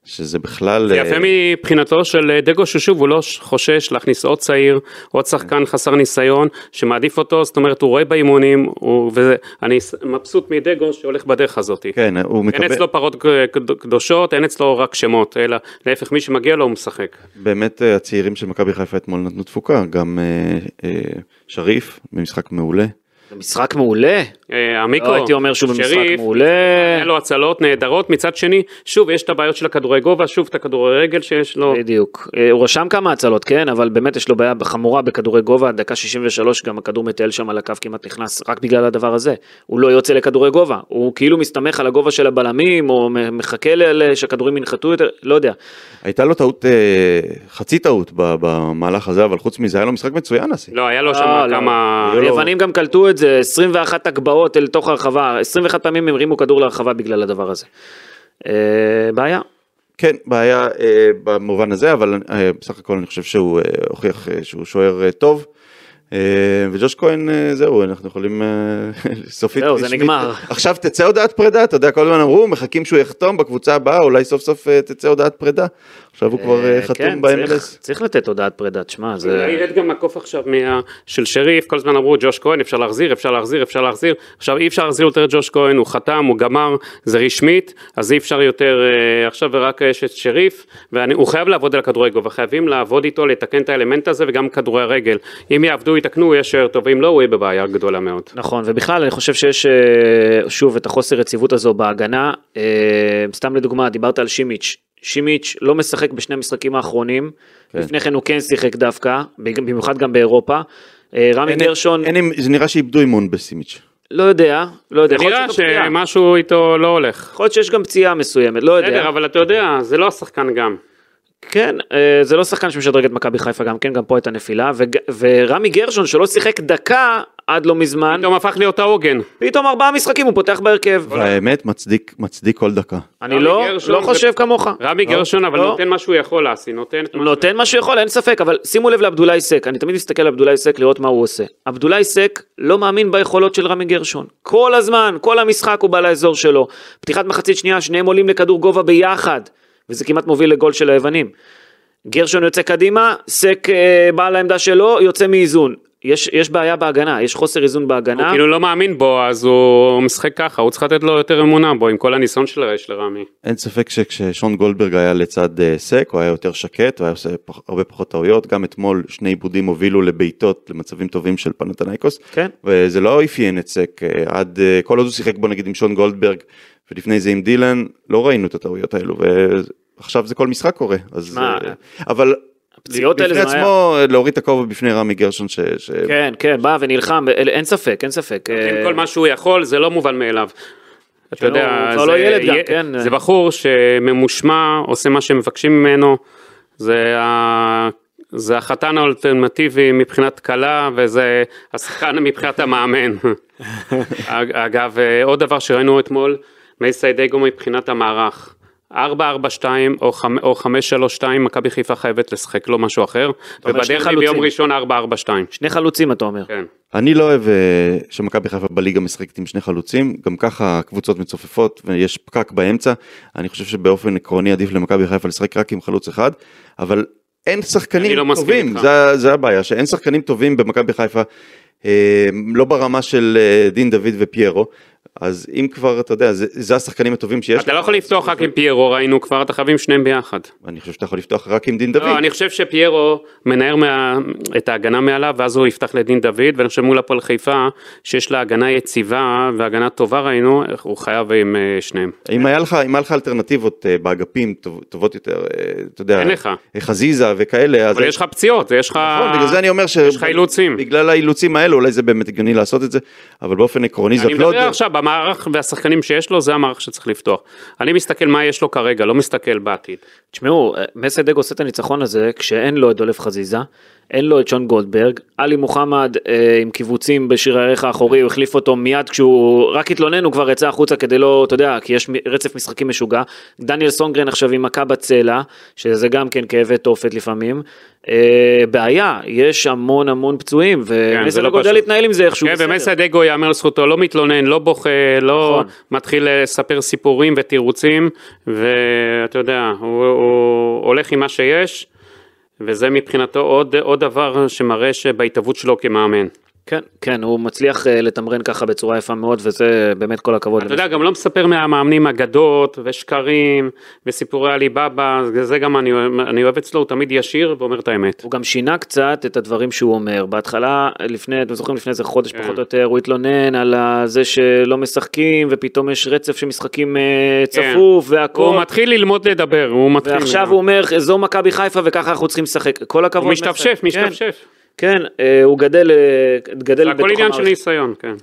שזה בכלל... זה אה, יפה מבחינתו של דגו ששוב הוא לא ש- חושש להכניס עוד צעיר, עוד שחקן חסר ניסיון שמעדיף אותו, זאת אומרת הוא רואה באימונים, הוא- ואני ס- מבסוט מדגו שהולך בדרך הזאת. כן, הוא אין מקבל... אצלו פרות קד- קדושות, אין אצלו רק שמות, אלא להפך מי שמגיע לו הוא משחק. באמת אה, הצעירים של מכבי חיפה אתמול נתנו תפוקה, גם אה, אה, שריף במשחק מעולה. זה משחק מעולה. אה, המיקרו, לא הייתי אומר שהוא במשחק שריף, מעולה. היה לו הצלות נהדרות, מצד שני, שוב, יש את הבעיות של הכדורי גובה, שוב, את הכדורי רגל שיש לו. בדיוק. אה, הוא רשם כמה הצלות, כן, אבל באמת יש לו בעיה חמורה בכדורי גובה, דקה 63 גם הכדור מטייל שם על הקו כמעט נכנס, רק בגלל הדבר הזה. הוא לא יוצא לכדורי גובה, הוא כאילו מסתמך על הגובה של הבלמים, או מ- מחכה ל- ל- שהכדורים ינחתו יותר, לא יודע. הייתה לו טעות, אה, חצי טעות ב- במהלך הזה, אבל חוץ מזה היה לו משחק מצוין, אסי. לא, היה לו אה, שם לא. כמה... היו לו- היוונים גם קלטו את זה, 21 הגבהות אל תוך הרחבה, 21 פעמים הם הרימו כדור להרחבה בגלל הדבר הזה. אה, בעיה. כן, בעיה אה, במובן הזה, אבל אה, בסך הכל אני חושב שהוא אה, הוכיח אה, שהוא שוער אה, טוב. אה, וג'וש כהן, אה, זהו, אנחנו יכולים אה, [laughs] סופית. זהו, זה רשמית. נגמר. עכשיו תצא הודעת פרידה, אתה יודע, כל הזמן אמרו, מחכים שהוא יחתום בקבוצה הבאה, אולי סוף סוף אה, תצא הודעת פרידה. עכשיו הוא כבר אה, אה, חתום כן, ב-MLS. צריך- צריך לתת הודעת פרידה, תשמע, זה זה... ירד גם הקוף עכשיו מה... של שריף, כל הזמן אמרו ג'וש כהן, אפשר להחזיר, אפשר להחזיר, אפשר להחזיר. עכשיו אי אפשר להחזיר יותר את ג'וש כהן, הוא חתם, הוא גמר, זה רשמית, אז אי אפשר יותר, אה, עכשיו ורק יש את שריף, והוא חייב לעבוד על הכדורי גובה, חייבים לעבוד איתו, לתקן את האלמנט הזה וגם כדורי הרגל. אם יעבדו, יתקנו, הוא יהיה שוער טוב, ואם לא, הוא יהיה בבעיה גדולה מאוד. נכון, ובכלל אני חושב שיש אה, שוב את החוסר יציבות הזו בהגנה. אה, סתם לדוגמה, דיברת על שימיץ'. שימיץ' לא משחק בשני המשחקים האחרונים, כן. לפני כן הוא כן שיחק דווקא, בג- במיוחד גם באירופה. אה, רמי אין- גרשון, אין- זה נראה שאיבדו אימון בסימיץ'. לא יודע, לא יודע, יכול נראה להיות שיש גם פציעה. שמשהו איתו לא הולך. יכול להיות שיש גם פציעה מסוימת, לא בסדר, יודע. אבל אתה יודע, זה לא השחקן גם. כן, אה, זה לא שחקן שמשדרג את מכבי חיפה גם כן, גם פה הייתה נפילה. וג- ורמי גרשון שלא שיחק דקה עד לא מזמן, פתאום הפך להיות העוגן. פתאום ארבעה משחקים הוא פותח בהרכב. והאמת מצדיק, מצדיק כל דקה. אני רמי לא גרשון לא זה- חושב כמוך. רמי גרשון, אבל לא. נותן מה שהוא יכול אסי, נותן את מה הוא שהוא נותן מה שהוא יכול, אין ספק, אבל שימו לב לעבדולאי סק, אני תמיד מסתכל על עבדולאי סק לראות מה הוא עושה. עבדולאי סק לא מאמין ביכולות של רמי גרשון. כל הזמן, כל המשחק הוא בא לאזור שלו. פתיחת מחצית שנייה, שניהם עולים לכדור גובה ביחד, וזה כמעט מוביל לגול של היוונים. גרשון יוצא קדימה, סק אה, בא לעמדה שלו, יוצא מאיזון. יש, יש בעיה בהגנה, יש חוסר איזון בהגנה. הוא כאילו לא מאמין בו, אז הוא משחק ככה, הוא צריך לתת לו יותר אמונה בו, עם כל הניסיון של יש לרמי. אין ספק שכששון גולדברג היה לצד אה, סק, הוא היה יותר שקט, הוא היה עושה פח, הרבה פחות טעויות. גם אתמול שני עיבודים הובילו לבעיטות, למצבים טובים של פנתנייקוס. כן. וזה לא אפיין את סק, אה, עד, אה, כל עוד הוא שיחק בו נגיד עם שון גולדברג, ולפני זה עם דילן, לא ראינו את הטעויות האלו, ועכשיו זה כל משחק קורה. אז, מה, אה, אבל הפציעות האלה בפני זה לא בעיה. עצמו, אה, להוריד את הכובע בפני רמי גרשון, ש... ש... כן, כן, בא ונלחם, אל- אין ספק, אין ספק. עם אה, כל מה שהוא יכול, זה לא מובן מאליו. אתה שלא, יודע, הוא כבר זה, לא ילד גם, יה- כן. זה בחור שממושמע, עושה מה שמבקשים ממנו, זה ה... זה החתן האולטימטיבי מבחינת קלה וזה השחקן [laughs] מבחינת המאמן. אגב, אה, עוד דבר שראינו אתמול, מייסיידגו מבחינת המערך. 4-4-2 או 5- או 5-3-2 מכבי חיפה חייבת לשחק, לא משהו אחר. אומר שני ובדרך כלל חלוצים. ביום ראשון 4-4-2. שני חלוצים אתה אומר. כן. אני לא אוהב אה, שמכבי חיפה בליגה משחקת עם שני חלוצים, גם ככה קבוצות מצופפות ויש פקק באמצע, אני חושב שבאופן עקרוני עדיף למכבי חיפה לשחק רק עם חלוץ אחד, אבל אין אני שחקנים לא מסכים טובים, איתך. זה, זה הבעיה, שאין שחקנים טובים במכבי חיפה, אה, לא ברמה של אה, דין דוד ופיירו, אז אם כבר, אתה יודע, זה, זה השחקנים הטובים שיש, אתה לא יכול לפתוח רק עם פיירו, ראינו כבר, אתה חייב עם שניהם ביחד. אני חושב שאתה יכול לפתוח רק עם דין דוד. לא, אני חושב שפיירו מנער מה... את ההגנה מעליו, ואז הוא יפתח לדין דוד, ואני חושב מול הפועל חיפה, שיש לה הגנה יציבה והגנה טובה ראינו, הוא חייב עם אה, שניהם. אם היה לך, אם היה לך אלטרנטיבות אה, באגפים טוב- טובות יותר, אה, אתה יודע, אין לך. אה, חזיזה וכאלה, אז אבל יש לך פציעות, יש לך... נכון, בגלל זה אני אומר ש... יש לך אילוצים. בגלל האילוצים האלו, אולי זה באמת הגיוני לעשות את זה, אבל באופן עקרוני זאת אני לא... מדבר עכשיו במערך והשחקנים שיש לו, זה המערך שצריך לפתוח. אני מסתכל מה יש לו כרגע, לא מסתכל בעתיד. תשמעו, מסיידג עושה את הניצחון הזה כשאין לו את דולף חזיזה, אין לו את שון גולדברג, עלי מוחמד אה, עם קיבוצים בשיר הערך האחורי, הוא החליף אותו מיד כשהוא רק התלונן, הוא כבר יצא החוצה כדי לא, אתה יודע, כי יש מ- רצף משחקים משוגע. דניאל סונגרן עכשיו עם מכה בצלע, שזה גם כן כאבי תופת לפעמים. אה, בעיה, יש המון המון פצועים, כן, זה לא ומסיידג פשוט. יודע להתנהל עם זה איכשהו. כן, בסדר. ומסע דגו יאמר לזכותו, לא מתלונן, לא בוכה, לא נכון. מתחיל אה, לספר סיפורים ותירוצים, ואתה יודע, הוא, הוא הולך עם מה שיש, וזה מבחינתו עוד, עוד דבר שמראה שבהתהוות שלו כמאמן. כן, כן, הוא מצליח אה, לתמרן ככה בצורה יפה מאוד, וזה באמת כל הכבוד. אתה יודע, גם לא מספר מהמאמנים אגדות ושקרים וסיפורי עליבאבא, זה- זה גם אני, אוהב- אני אוהב אצלו, הוא תמיד ישיר ואומר את האמת. הוא גם שינה קצת את הדברים שהוא אומר. בהתחלה, לפני, אתם זוכרים לפני איזה חודש כן. פחות או יותר, הוא התלונן על ה- זה שלא משחקים, ופתאום יש רצף של משחקים אה, כן. צפוף הוא והכל. מתחיל ללמוד לדבר, הוא מתחיל... ועכשיו הוא אומר, זו מכבי חיפה וככה אנחנו צריכים לשחק. כל הכבוד. הוא משתפשף, מסר. כן, משתפשף. כן, אה, הוא גדל, אה, גדל זה בתוך הכל עניין של המערכת. ניסיון, כן.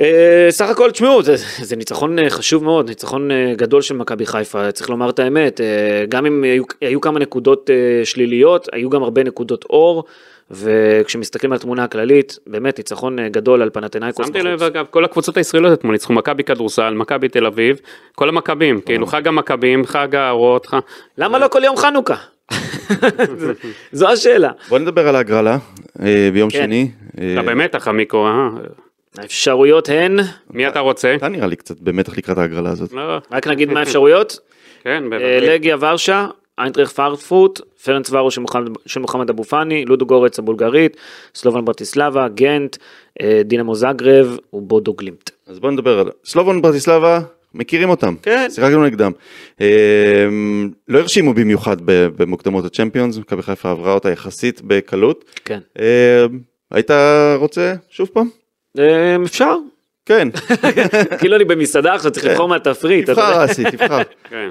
אה, סך הכל, תשמעו, זה, זה ניצחון אה, חשוב מאוד, ניצחון אה, גדול של מכבי חיפה, צריך לומר את האמת. אה, גם אם היו, היו כמה נקודות אה, שליליות, היו גם הרבה נקודות אור, וכשמסתכלים על התמונה הכללית, באמת ניצחון אה, גדול על פנתנאיקוס שמתי לב אוקיי. בחוץ. אגב, כל הקבוצות הישראליות אתמול ניצחו, מכבי כדורסל, מכבי תל אביב, כל המכבים, כאילו אה. חג המכבים, חג האורות, חג... למה לא כל יום חנוכה? [laughs] זה- זו [laughs] השאלה. בוא נדבר על ההגרלה אה, ביום כן. שני. אה, אתה במתח המיקרו, אה? האפשרויות הן, מי אתה רוצה? אתה נראה לי קצת במתח לקראת ההגרלה הזאת. לא, רק נגיד מה האפשרויות, כן, אה, בוודאי. לגיה ורשה, איינטריך פרטפוט, פרנץ ורו של מוחמד- של מוחמד אבו פאני, לודו גורץ הבולגרית, סלובן ברטיסלבה, גנט, אה, דינמו זגרב ובודו גלימפט. אז בוא נדבר על סלובון ברטיסלבה, מכירים אותם. כן. שיחקנו נגדם. אה, לא הרשימו במיוחד ב- במוקדמות הצ'מפיונס, מכבי חיפה עברה אותה יחסית בקלות. כן. אה, היית רוצה שוב פעם? אה, אפשר? [laughs] כן, [laughs] כאילו אני במסעדה עכשיו צריך לבחור מהתפריט. אתה יודע. תבחר אסי, תבחר. כן.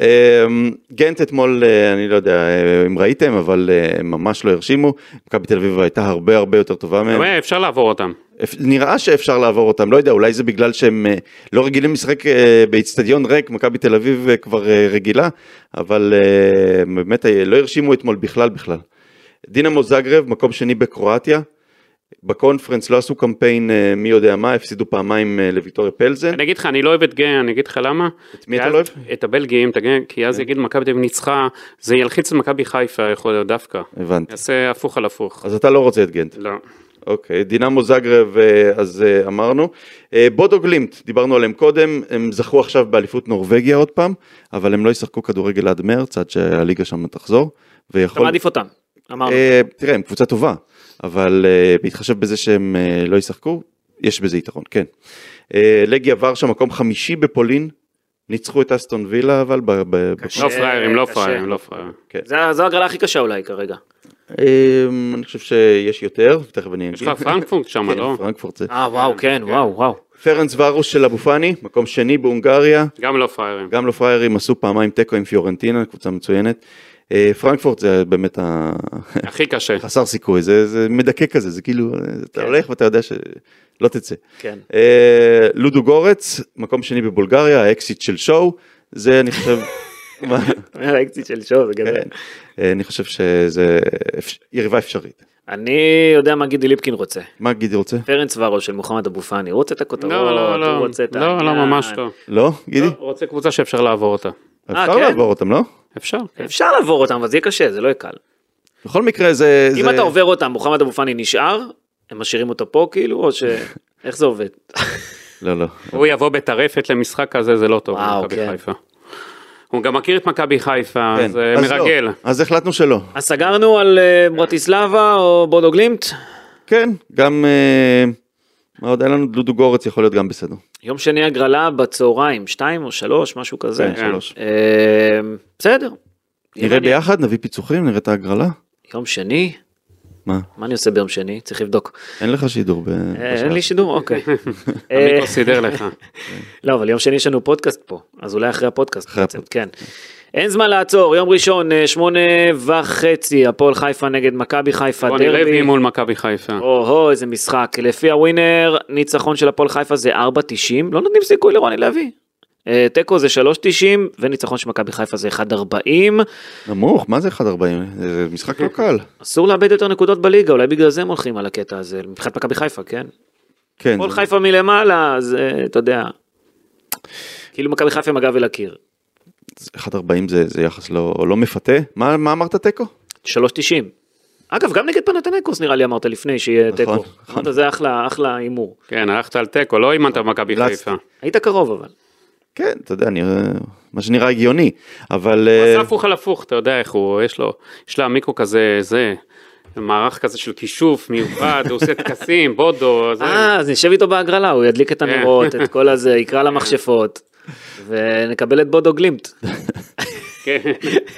אה. אמ, גנט אתמול, אה, אני לא יודע אה, אם ראיתם, אבל אה, ממש לא הרשימו. מכבי תל אביב הייתה הרבה הרבה יותר טובה מהם. אבל אפשר לעבור אותם. אפ- נראה שאפשר לעבור אותם, לא יודע, אולי זה בגלל שהם אה, לא רגילים לשחק אה, באיצטדיון ריק, מכבי תל אביב אה, כבר אה, רגילה, אבל אה, באמת אה, לא הרשימו אתמול בכלל בכלל. דינמו זגרב, מקום שני בקרואטיה. בקונפרנס לא עשו קמפיין אה, מי יודע מה, הפסידו פעמיים אה, לוויטוריה פלזן. אני אגיד לך, אני לא אוהב את גן, אני אגיד לך למה. את מי אתה כי אז- לא אוהב? כן. את הבלגים, את הגן, כי אז יגיד מכבי תל אביב ניצחה, זה ילחיץ את מכבי חיפה, יכול להיות דווקא. הבנתי. יעשה הפוך על הפוך. אז אתה לא רוצה את גנט. לא. אוקיי, דינמו זגרב, אה, אז אה, אמרנו. אה, בודו גלימט, דיברנו עליהם קודם, הם זכו עכשיו באליפות נורבגיה עוד פעם, אבל הם לא ישחקו כדורגל עד מרץ, עד שהליגה שם תחזור. אתה ויכול... מעדיף אותם. אמרנו. אה, תראה, הם קבוצה טובה, אבל אה, בהתחשב בזה שהם אה, לא ישחקו, יש בזה יתרון, כן. אה, לגיה ורשה, מקום חמישי בפולין, ניצחו את אסטון וילה, אבל... ב- ב- קשה. לא פראיירים, לא קשה. פראיירים, לא פראיירים. זה- זו הגרלה הכי קשה אולי כרגע. אה, אני חושב שיש יותר, תכף אני אגיד. יש לך פרנקפורט שם, כן, לא? פרנקפורט זה. אה וואו כן וואו וואו. פרנס ורוש של אבו פאני, מקום שני בהונגריה, גם לא פראיירים. גם לא פריירים, עשו פעמיים תיקו עם פיורנטינה, קבוצה מצוינת. אה, פרנקפורט זה באמת ה- הכי [laughs] קשה. חסר סיכוי, זה, זה מדכא כזה, זה כאילו, אה, אתה כן. הולך ואתה יודע שלא תצא. כן. [laughs] אה, לודו גורץ, מקום שני בבולגריה, האקסיט של שואו, זה אני חושב, אומר האקזיט של שואו, זה גדול. כן. אה, אני חושב שזה אפש- יריבה אפשרית. אני יודע מה גידי ליפקין רוצה. מה גידי רוצה? פרנס ורו של מוחמד אבו פאני, הוא רוצה את הכותרות, לא, לא, הוא לא, רוצה את לא, לא, העניין. ממש לא. לא? גידי? לא, רוצה קבוצה שאפשר לעבור אותה. אפשר כן? לעבור אותם, לא? אפשר, כן. אפשר לעבור אותם, אבל זה יהיה קשה, זה לא יהיה קל. בכל מקרה זה... אם זה- אתה עובר אותם, מוחמד אבו פאני נשאר, הם משאירים אותו פה כאילו, [laughs] או ש... איך זה עובד? לא, לא. הוא יבוא בטרפת למשחק כזה, זה לא טוב אה, וואו, למכבי כן. חיפה. הוא גם מכיר את מכבי חיפה, אוקיי. כן. אה, זה אז לא. מרגל. אז החלטנו שלא. אז סגרנו על אה, ברטיסלבה או בודו גלימט? כן, גם... אה, מה עוד? היה לנו דודו גורץ, יכול להיות גם בסדר. יום שני הגרלה בצהריים, שתיים או שלוש, משהו כזה. כן, שלוש. אה, בסדר. נראה ביחד, נביא פיצוחים, נראה את ההגרלה. יום שני? מה? מה אני עושה ביום שני? צריך לבדוק. אין לך שידור ב... אה, אין לי שידור, [laughs] אוקיי. אה, המיקרו סידר לך. לא, אבל יום שני יש לנו פודקאסט פה, אז אולי אחרי הפודקאסט. אחרי בעצם, כן. אין זמן לעצור, יום ראשון, אה, שמונה וחצי, הפועל חיפה נגד מכבי חיפה, רוני לוי דרבי. מול מכבי חיפה. אוקיי. או-הו, איזה משחק. לפי הווינר, ניצחון של הפועל חיפה זה 4.90, לא נותנים סיכוי לרוני לוי. אה, תיקו זה 3.90, וניצחון של מכבי חיפה זה 1.40. נמוך, מה זה 1.40? זה משחק לא קל. אסור לאבד יותר נקודות בליגה, אולי בגלל זה הם הולכים על הקטע הזה, מבחינת מכבי חיפה, כן? כן. הפועל זה- חיפה מלמעלה, אז אה, אתה יודע. כאילו מכבי חיפה עם הגב אל הקיר. 1.40 זה, זה יחס לא, לא מפתה. מה, מה אמרת תיקו? 3.90. אגב, גם נגד פנתנקוס נראה לי אמרת לפני שיהיה נכון, תיקו. נכון. אמרת, זה אחלה, אחלה הימור. כן, הלכת על תיקו, לא אימנת מכבי המלצתי. חיפה. היית קרוב אבל. כן, אתה יודע, אני, מה שנראה הגיוני, אבל... הוא עשה אה, הפוך על הפוך, אתה יודע איך הוא, יש לו, יש לה מיקרו כזה, זה, מערך כזה של כישוף מיוחד, הוא עושה טקסים, בודו, זה. אה, אז נשב איתו בהגרלה, הוא ידליק כן. את הנרות, את כל הזה, [laughs] יקרא למכשפות, ונקבל את בודו גלימפט. כן.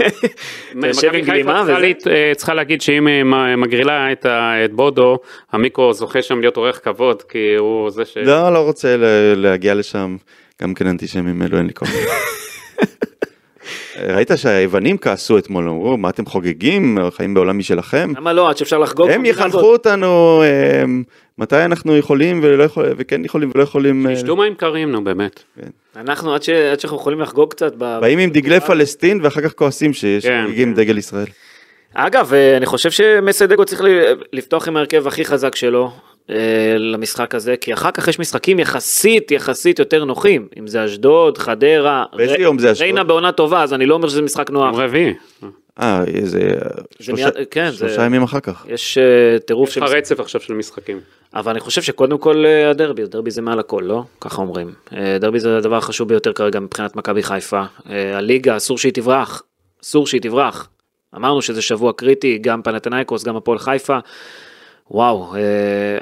[laughs] יושב עם מכבי גלימה חיפה צריכה וזה? להת- אה, צריכה להגיד שאם היא מ- מגרילה את ה- את בודו, המיקרו זוכה שם להיות אורח כבוד, כי הוא זה ש... אה, לא, לא רוצה ל- להגיע לשם. גם כן אנטישמים אלו אין [laughs] לי כוח. אה, ראית שהיוונים כעסו אתמול, אמרו, מה אתם חוגגים? חיים בעולם משלכם? למה לא, עד שאפשר לחגוג. הם במדינה יחנכו הזאת. אותנו, אה, מתי אנחנו יכולים ולא יכולים, וכן יכולים ולא יכולים. אה, תשתו מים קרים, נו באמת. אנחנו, עד ש- עד שאנחנו יכולים לחגוג קצת. ב- באים עם דגלי פלסטין ואחר כך כועסים שיש כן, חוגגים כן. דגל ישראל. אגב, אה, אני חושב שמסיידגו צריך ל- לפתוח עם ההרכב הכי חזק שלו אה, למשחק הזה, כי אחר כך יש משחקים יחסית, יחסית יותר נוחים, אם זה אשדוד, חדרה. באיזה ר- יום זה אשדוד? ריינה בעונה טובה, אז אני לא אומר שזה משחק נוח. יום רביעי. אה, זה שלושה- מיד- כן, זה- שלושה ימים אחר כך. יש אה, טירוף יש של לך רצף עכשיו של משחקים. אבל אני חושב שקודם כל אה, הדרבי, הדרבי זה מעל הכל, לא? ככה אומרים. אה, הדרבי זה הדבר החשוב ביותר כרגע מבחינת מכבי חיפה. אה, הליגה, אסור שהיא תברח. אסור שהיא תברח. אמרנו שזה שבוע קריטי, גם פנתנייקוס, גם הפועל חיפה. וואו, אה,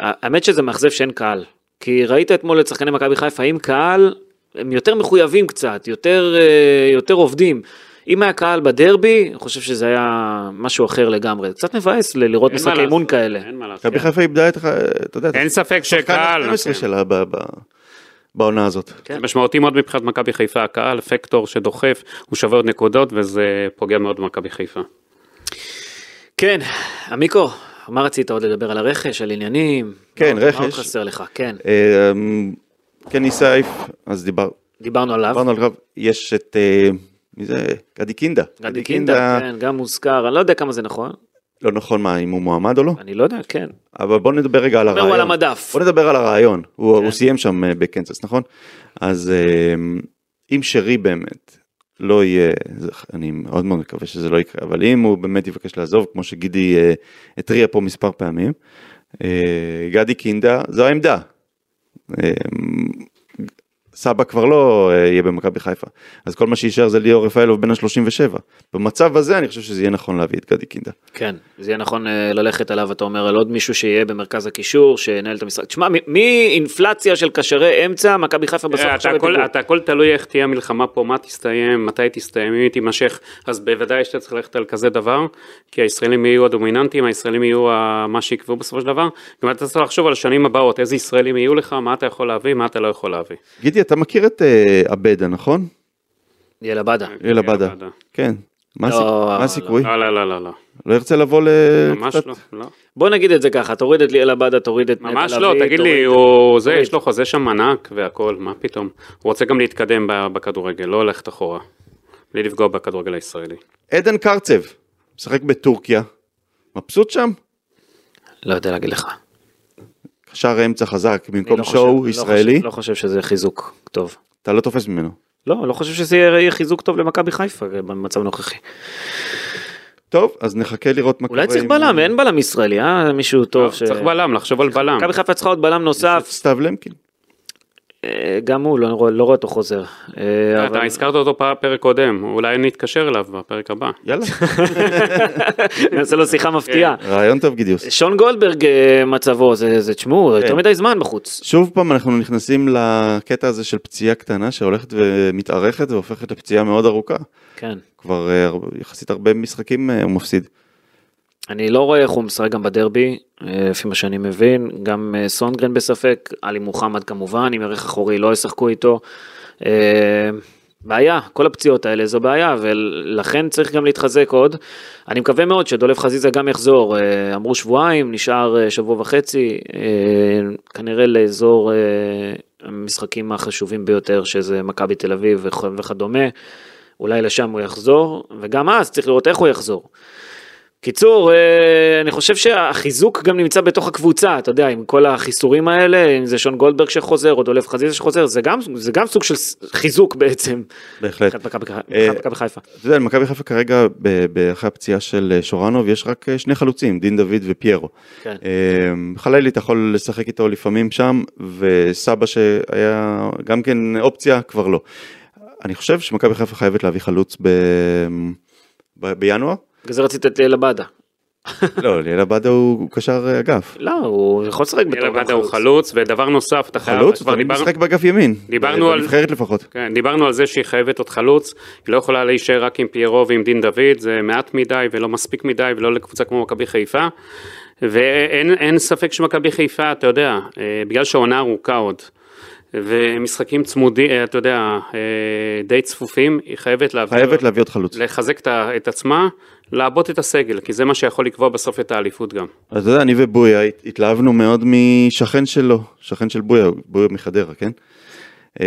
האמת שזה מאכזב שאין קהל. כי ראית אתמול את שחקני מכבי חיפה עם קהל, הם יותר מחויבים קצת, יותר, אה, יותר עובדים. אם היה קהל בדרבי, אני חושב שזה היה משהו אחר לגמרי. קצת מבאס ל- לראות אין מה משחקי אימון לעשות, כאלה. אין מה לעשות. מכבי חיפה איבדה את, ה- אתה יודע, את אין ספק השחקן שקהל, ה-12 כן. שלה ב- ב- בעונה הזאת. זה משמעותי מאוד מבחינת מכבי חיפה, הקהל, פקטור שדוחף, הוא שווה עוד נקודות וזה פוגע מאוד במכבי חיפה. כן, עמיקו, מה רצית עוד לדבר על הרכש, על עניינים? כן, מה עוד- מה עוד רכש. חסר לך? כן, אה, קני סייף, אז דיבר- דיברנו עליו. דיברנו על רב, יש את, אה, מי זה? גדי קינדה. גדי קינדה, כן, גם מוזכר, אני לא יודע כמה זה נכון, לא נכון מה, אם הוא מועמד או לא, אני לא יודע, כן. אבל בוא נדבר רגע על אומר, הוא על הרעיון. המדף. בוא נדבר על הרעיון, כן. הוא הוא סיים שם אה, בקנזס, נכון? אז אה, אם שרי באמת לא יהיה, זה- אני מאוד מאוד מקווה שזה לא יקרה, אבל אם הוא באמת יבקש לעזוב, כמו שגידי אה, התריע פה מספר פעמים, אה, גדי קינדה, זו העמדה. אה, סבא כבר לא אה, יהיה במכבי חיפה, אז כל מה שיישאר זה ליאור רפאלוב בן ה-37. במצב הזה אני חושב שזה יהיה נכון להביא את גדי קינדה. כן, זה יהיה נכון אה, ללכת עליו, אתה אומר, על עוד מישהו שיהיה במרכז הקישור, שינהל את המשחק. תשמע, מ- מאינפלציה של קשרי אמצע, מכבי חיפה בסוף תראה, עכשיו אה, אתה הכל- בפיגור. אתה הכל תלוי איך תהיה המלחמה פה, מה תסתיים, מתי תסתיים, אם היא תימשך, אז בוודאי שאתה צריך ללכת על כזה דבר, כי הישראלים יהיו הדומיננטיים, הישראלים יהיו ה- מה שיקבעו בסופו של דבר, גם אתה צריך לחשוב על השנים הבאות, איזה ישראלים יהיו לך, מה אתה יכול להביא, מה אתה לא יכול להביא. גידי, אתה מכיר את אה, עבדה, נכון? יאללה באדה. אה. אלה באדה. באדה. כן. מה לא, הסיכ- לא, מה הסיכוי? לא, לא, לא, לא, לא, לא ירצה לבוא ל... ממש קצת- לא, לא. בוא נגיד את זה ככה, תוריד את ליאלה באדה, תוריד את נטע ממש לביא, לא, תגיד לי, תוריד- הוא זה, תוריד. יש לו חוזה שם ענק והכל, מה פתאום. הוא רוצה גם להתקדם ב- בכדורגל, לא ללכת אחורה. בלי לפגוע בכדורגל הישראלי. עדן קרצב, משחק בטורקיה, מבסוט שם? לא יודע להגיד לך. קשר אמצע חזק, אני במקום לא שואו חושב- לא ישראלי, חושב- לא חושב שזה חיזוק טוב. אתה לא תופס ממנו. לא, לא חושב שזה יהיה חיזוק טוב למכבי חיפה אה, במצב הנוכחי. טוב, אז נחכה לראות מה קורה. אולי צריך עם- בלם, אין בלם ישראלי, אה? מישהו טוב ש... לא, צריך בלם, לחשוב על בלם. מכבי חיפה צריכה עוד בלם נוסף, סתיו למקין. אה, גם הוא, לא רואה- לא רואה אותו חוזר. אה, כן, אבל- אתה הזכרת אותו פעם- פרק קודם, אולי נתקשר אליו בפרק [laughs] הבא. יאללה, נעשה לו לא שיחה מפתיעה. רעיון טוב גידיוס. כן. שון גולדברג אה, מצבו, זה, זה תשמעו, יותר מדי זמן בחוץ. שוב פעם אנחנו נכנסים לקטע הזה של פציעה קטנה שהולכת ומתארכת והופכת לפציעה מאוד ארוכה. כן. כבר אה, הרבה- יחסית הרבה משחקים אה, הוא מפסיד. אני לא רואה איך הוא משחק גם בדרבי, אה, לפי מה שאני מבין, גם אה, סונגרן בספק, עלי מוחמד כמובן, עם ערך אחורי לא ישחקו איתו. אה, בעיה, כל הפציעות האלה זו בעיה, ולכן צריך גם להתחזק עוד. אני מקווה מאוד שדולב חזיזה גם יחזור, אה, אמרו שבועיים, נשאר אה, שבוע וחצי, אה, כנראה לאזור אה, המשחקים החשובים ביותר, שזה מכבי תל אביב וכ- וכדומה. אולי לשם הוא יחזור, וגם אז צריך לראות איך הוא יחזור. קיצור, אה, אני חושב שהחיזוק גם נמצא בתוך הקבוצה, אתה יודע, עם כל החיסורים האלה, אם זה שון גולדברג שחוזר, או דולף חזיזה שחוזר, זה גם, זה גם סוג של ס- חיזוק בעצם, בהחלט. מבחינת מכבי ח- אה, מכבי חיפה. אתה יודע, למכבי חיפה כרגע, ב- ב- אחרי הפציעה של אה, שורנוב, יש רק אה, שני חלוצים, דין דוד ופיירו. כן. אה, חללי, אתה יכול לשחק איתו לפעמים שם, וסבא שהיה גם כן אופציה, כבר לא. אני חושב שמכבי חיפה חייבת להביא חלוץ ב... ב- בינואר? [laughs] בגלל זה רצית את אה, ליאל עבאדה. לא, ליאל עבאדה הוא הוא קשר אה, אגף. לא, הוא יכול לשחק בתור אלא גם הוא חלוץ, ודבר נוסף, אתה חייב, חלוץ, הוא כבר תמיד דיברנו- משחק באגף ימין. אה, דיברנו על- בנבחרת לפחות. כן, דיברנו על זה שהיא חייבת עוד חלוץ, היא לא יכולה להישאר רק עם פיירו ועם דין דוד, זה מעט מדי ולא מספיק מדי ולא לקבוצה כמו מכבי חיפה. ואין אין ספק שמכבי חיפה, אתה יודע, אה, בגלל שהעונה ארוכה עוד, ומשחקים צמודים, אה, אתה יודע, אה, די צפופים, היא חייבת להביא, חייבת להביא עוד חלוץ. לחזק את, ה- את עצמה, לעבות את הסגל, כי זה מה שיכול לקבוע בסוף את האליפות גם. אז אתה יודע, אני ובויה הת- התלהבנו מאוד משכן שלו, שכן של בויה, בויה מחדרה, כן? אה,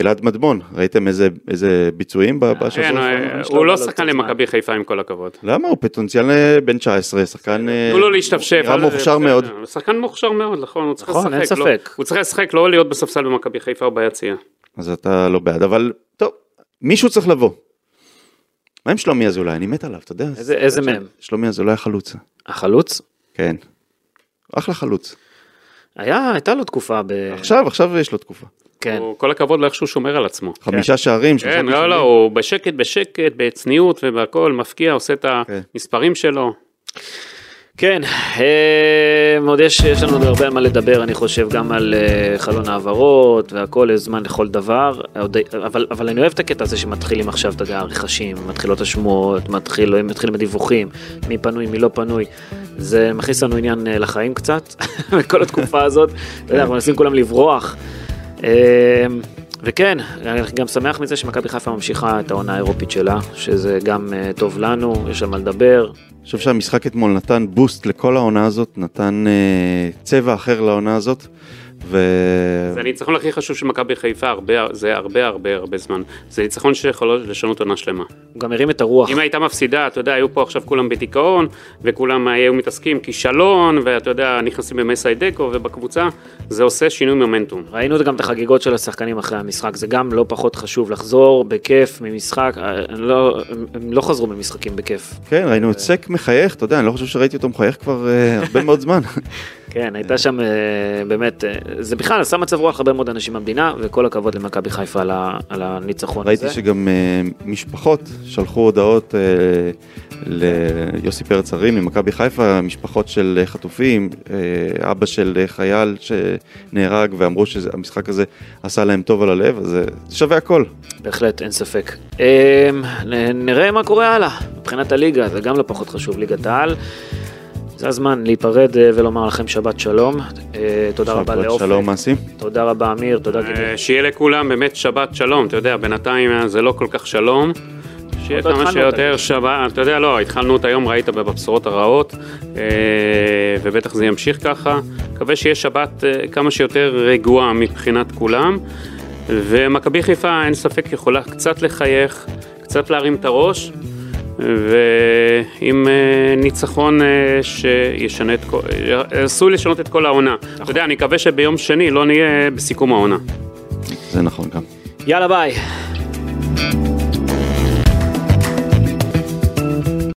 אלעד מדמון, ראיתם איזה, איזה ביצועים ב- בשבוע כן, האחרון? אה, שלו הוא לא לעלות שחקן קצת זמן. למכבי חיפה עם כל הכבוד. למה הוא פוטנציאל אה, בן 19, שחקן... אה, תנו לו להשתפשף. נראה אל- מוכשר בסדר, מאוד. הוא שחקן מוכשר מאוד, נכון, הוא צריך נכון, לשחק. אין לא- ספק. הוא צריך לשחק, לא להיות בספסל במכבי חיפה או ביציע. אז אתה לא בעד, אבל טוב, מישהו צריך לבוא. מה עם שלומי אזולאי? אני מת עליו, אתה יודע? איזה- איזה מהם? שלומי אזולאי החלוץ. החלוץ? כן. אחלה חלוץ. היה, הייתה לו תקופה ב... עכשיו, עכשיו יש לו תקופה. כן. הוא- כל הכבוד לאיך שהוא שומר על עצמו. חמישה שערים, שלושה כן, לא, בישולים. לא, הוא בשקט, בשקט, בצניעות ובהכל, מפקיע, עושה את כן. המספרים שלו. כן, אה, עוד יש, יש לנו עוד הרבה על מה לדבר, אני חושב, גם על אה, חלון העברות והכל, יש זמן לכל דבר, עוד- אבל, אבל אני אוהב את הקטע הזה שמתחילים עכשיו, אתה יודע, הרכשים, מתחילות השמועות, מתחיל, מתחילים הדיווחים, מי פנוי, מי לא פנוי, זה מכניס לנו עניין אה, לחיים קצת, [laughs] כל התקופה הזאת, אתה יודע, אנחנו מנסים כולם לברוח. אה, וכן, אני גם שמח מזה שמכבי חיפה ממשיכה את העונה האירופית שלה, שזה גם אה, טוב לנו, יש על מה לדבר, אני חושב שהמשחק אתמול נתן בוסט לכל העונה הזאת, נתן אה, צבע אחר לעונה הזאת, ו... זה הניצחון הכי חשוב של מכבי חיפה, הרבה- זה הרבה הרבה הרבה זמן. זה ניצחון שיכול לשנות עונה שלמה. הוא גם הרים את הרוח. אם הייתה מפסידה, אתה יודע, היו פה עכשיו כולם בדיכאון, וכולם אה, היו מתעסקים כישלון, ואתה יודע, נכנסים במסיידקו ובקבוצה, זה עושה שינוי מומנטום. ראינו גם את החגיגות של השחקנים אחרי המשחק, זה גם לא פחות חשוב לחזור בכיף ממשחק, אה, לא, הם- הם לא חזרו ממשחקים בכיף. כן, ראינו את סק מחייך, אתה יודע, אני לא חושב שראיתי אותו מחייך כבר אה, הרבה מאוד זמן. כן, הייתה שם אה, באמת, אה, זה בכלל עשה מצב רוח הרבה מאוד אנשים במדינה, וכל הכבוד למכבי חיפה על ה- על הניצחון הזה. ראיתי שגם אה, משפחות שלחו הודעות אה, ליוסי פרץ הרים ממכבי חיפה, משפחות של אה, חטופים, אה, אבא של אה, חייל שנהרג ואמרו שהמשחק הזה עשה להם טוב על הלב, אז אה, זה שווה הכל. בהחלט, אין ספק. אה, נ- נראה מה קורה הלאה, מבחינת הליגה, זה גם לא פחות חשוב, ליגת העל. זה הזמן להיפרד אה, ולומר לכם שבת שלום. אה, תודה רבה שבת לאופק, שלום, מעשים. תודה רבה אמיר, תודה גידי. אה, שיהיה לכולם באמת שבת שלום, אתה יודע, בינתיים אה, זה לא כל כך שלום. שיהיה עוד לא כמה התחלנו שיותר שבת, אתה יודע, לא, התחלנו אותה היום, ראית בבשורות הרעות, אה, ובטח זה ימשיך ככה. מקווה שיהיה שבת אה, כמה שיותר רגועה מבחינת כולם. ומכבי חיפה, אין ספק, יכולה קצת לחייך, קצת קצת להרים את הראש, ועם אה, ניצחון אה, שישנה את כל... אה, עשוי לשנות את כל העונה. נכון. אתה יודע, אני מקווה שביום שני לא נהיה בסיכום העונה. זה נכון גם. יאללה ביי.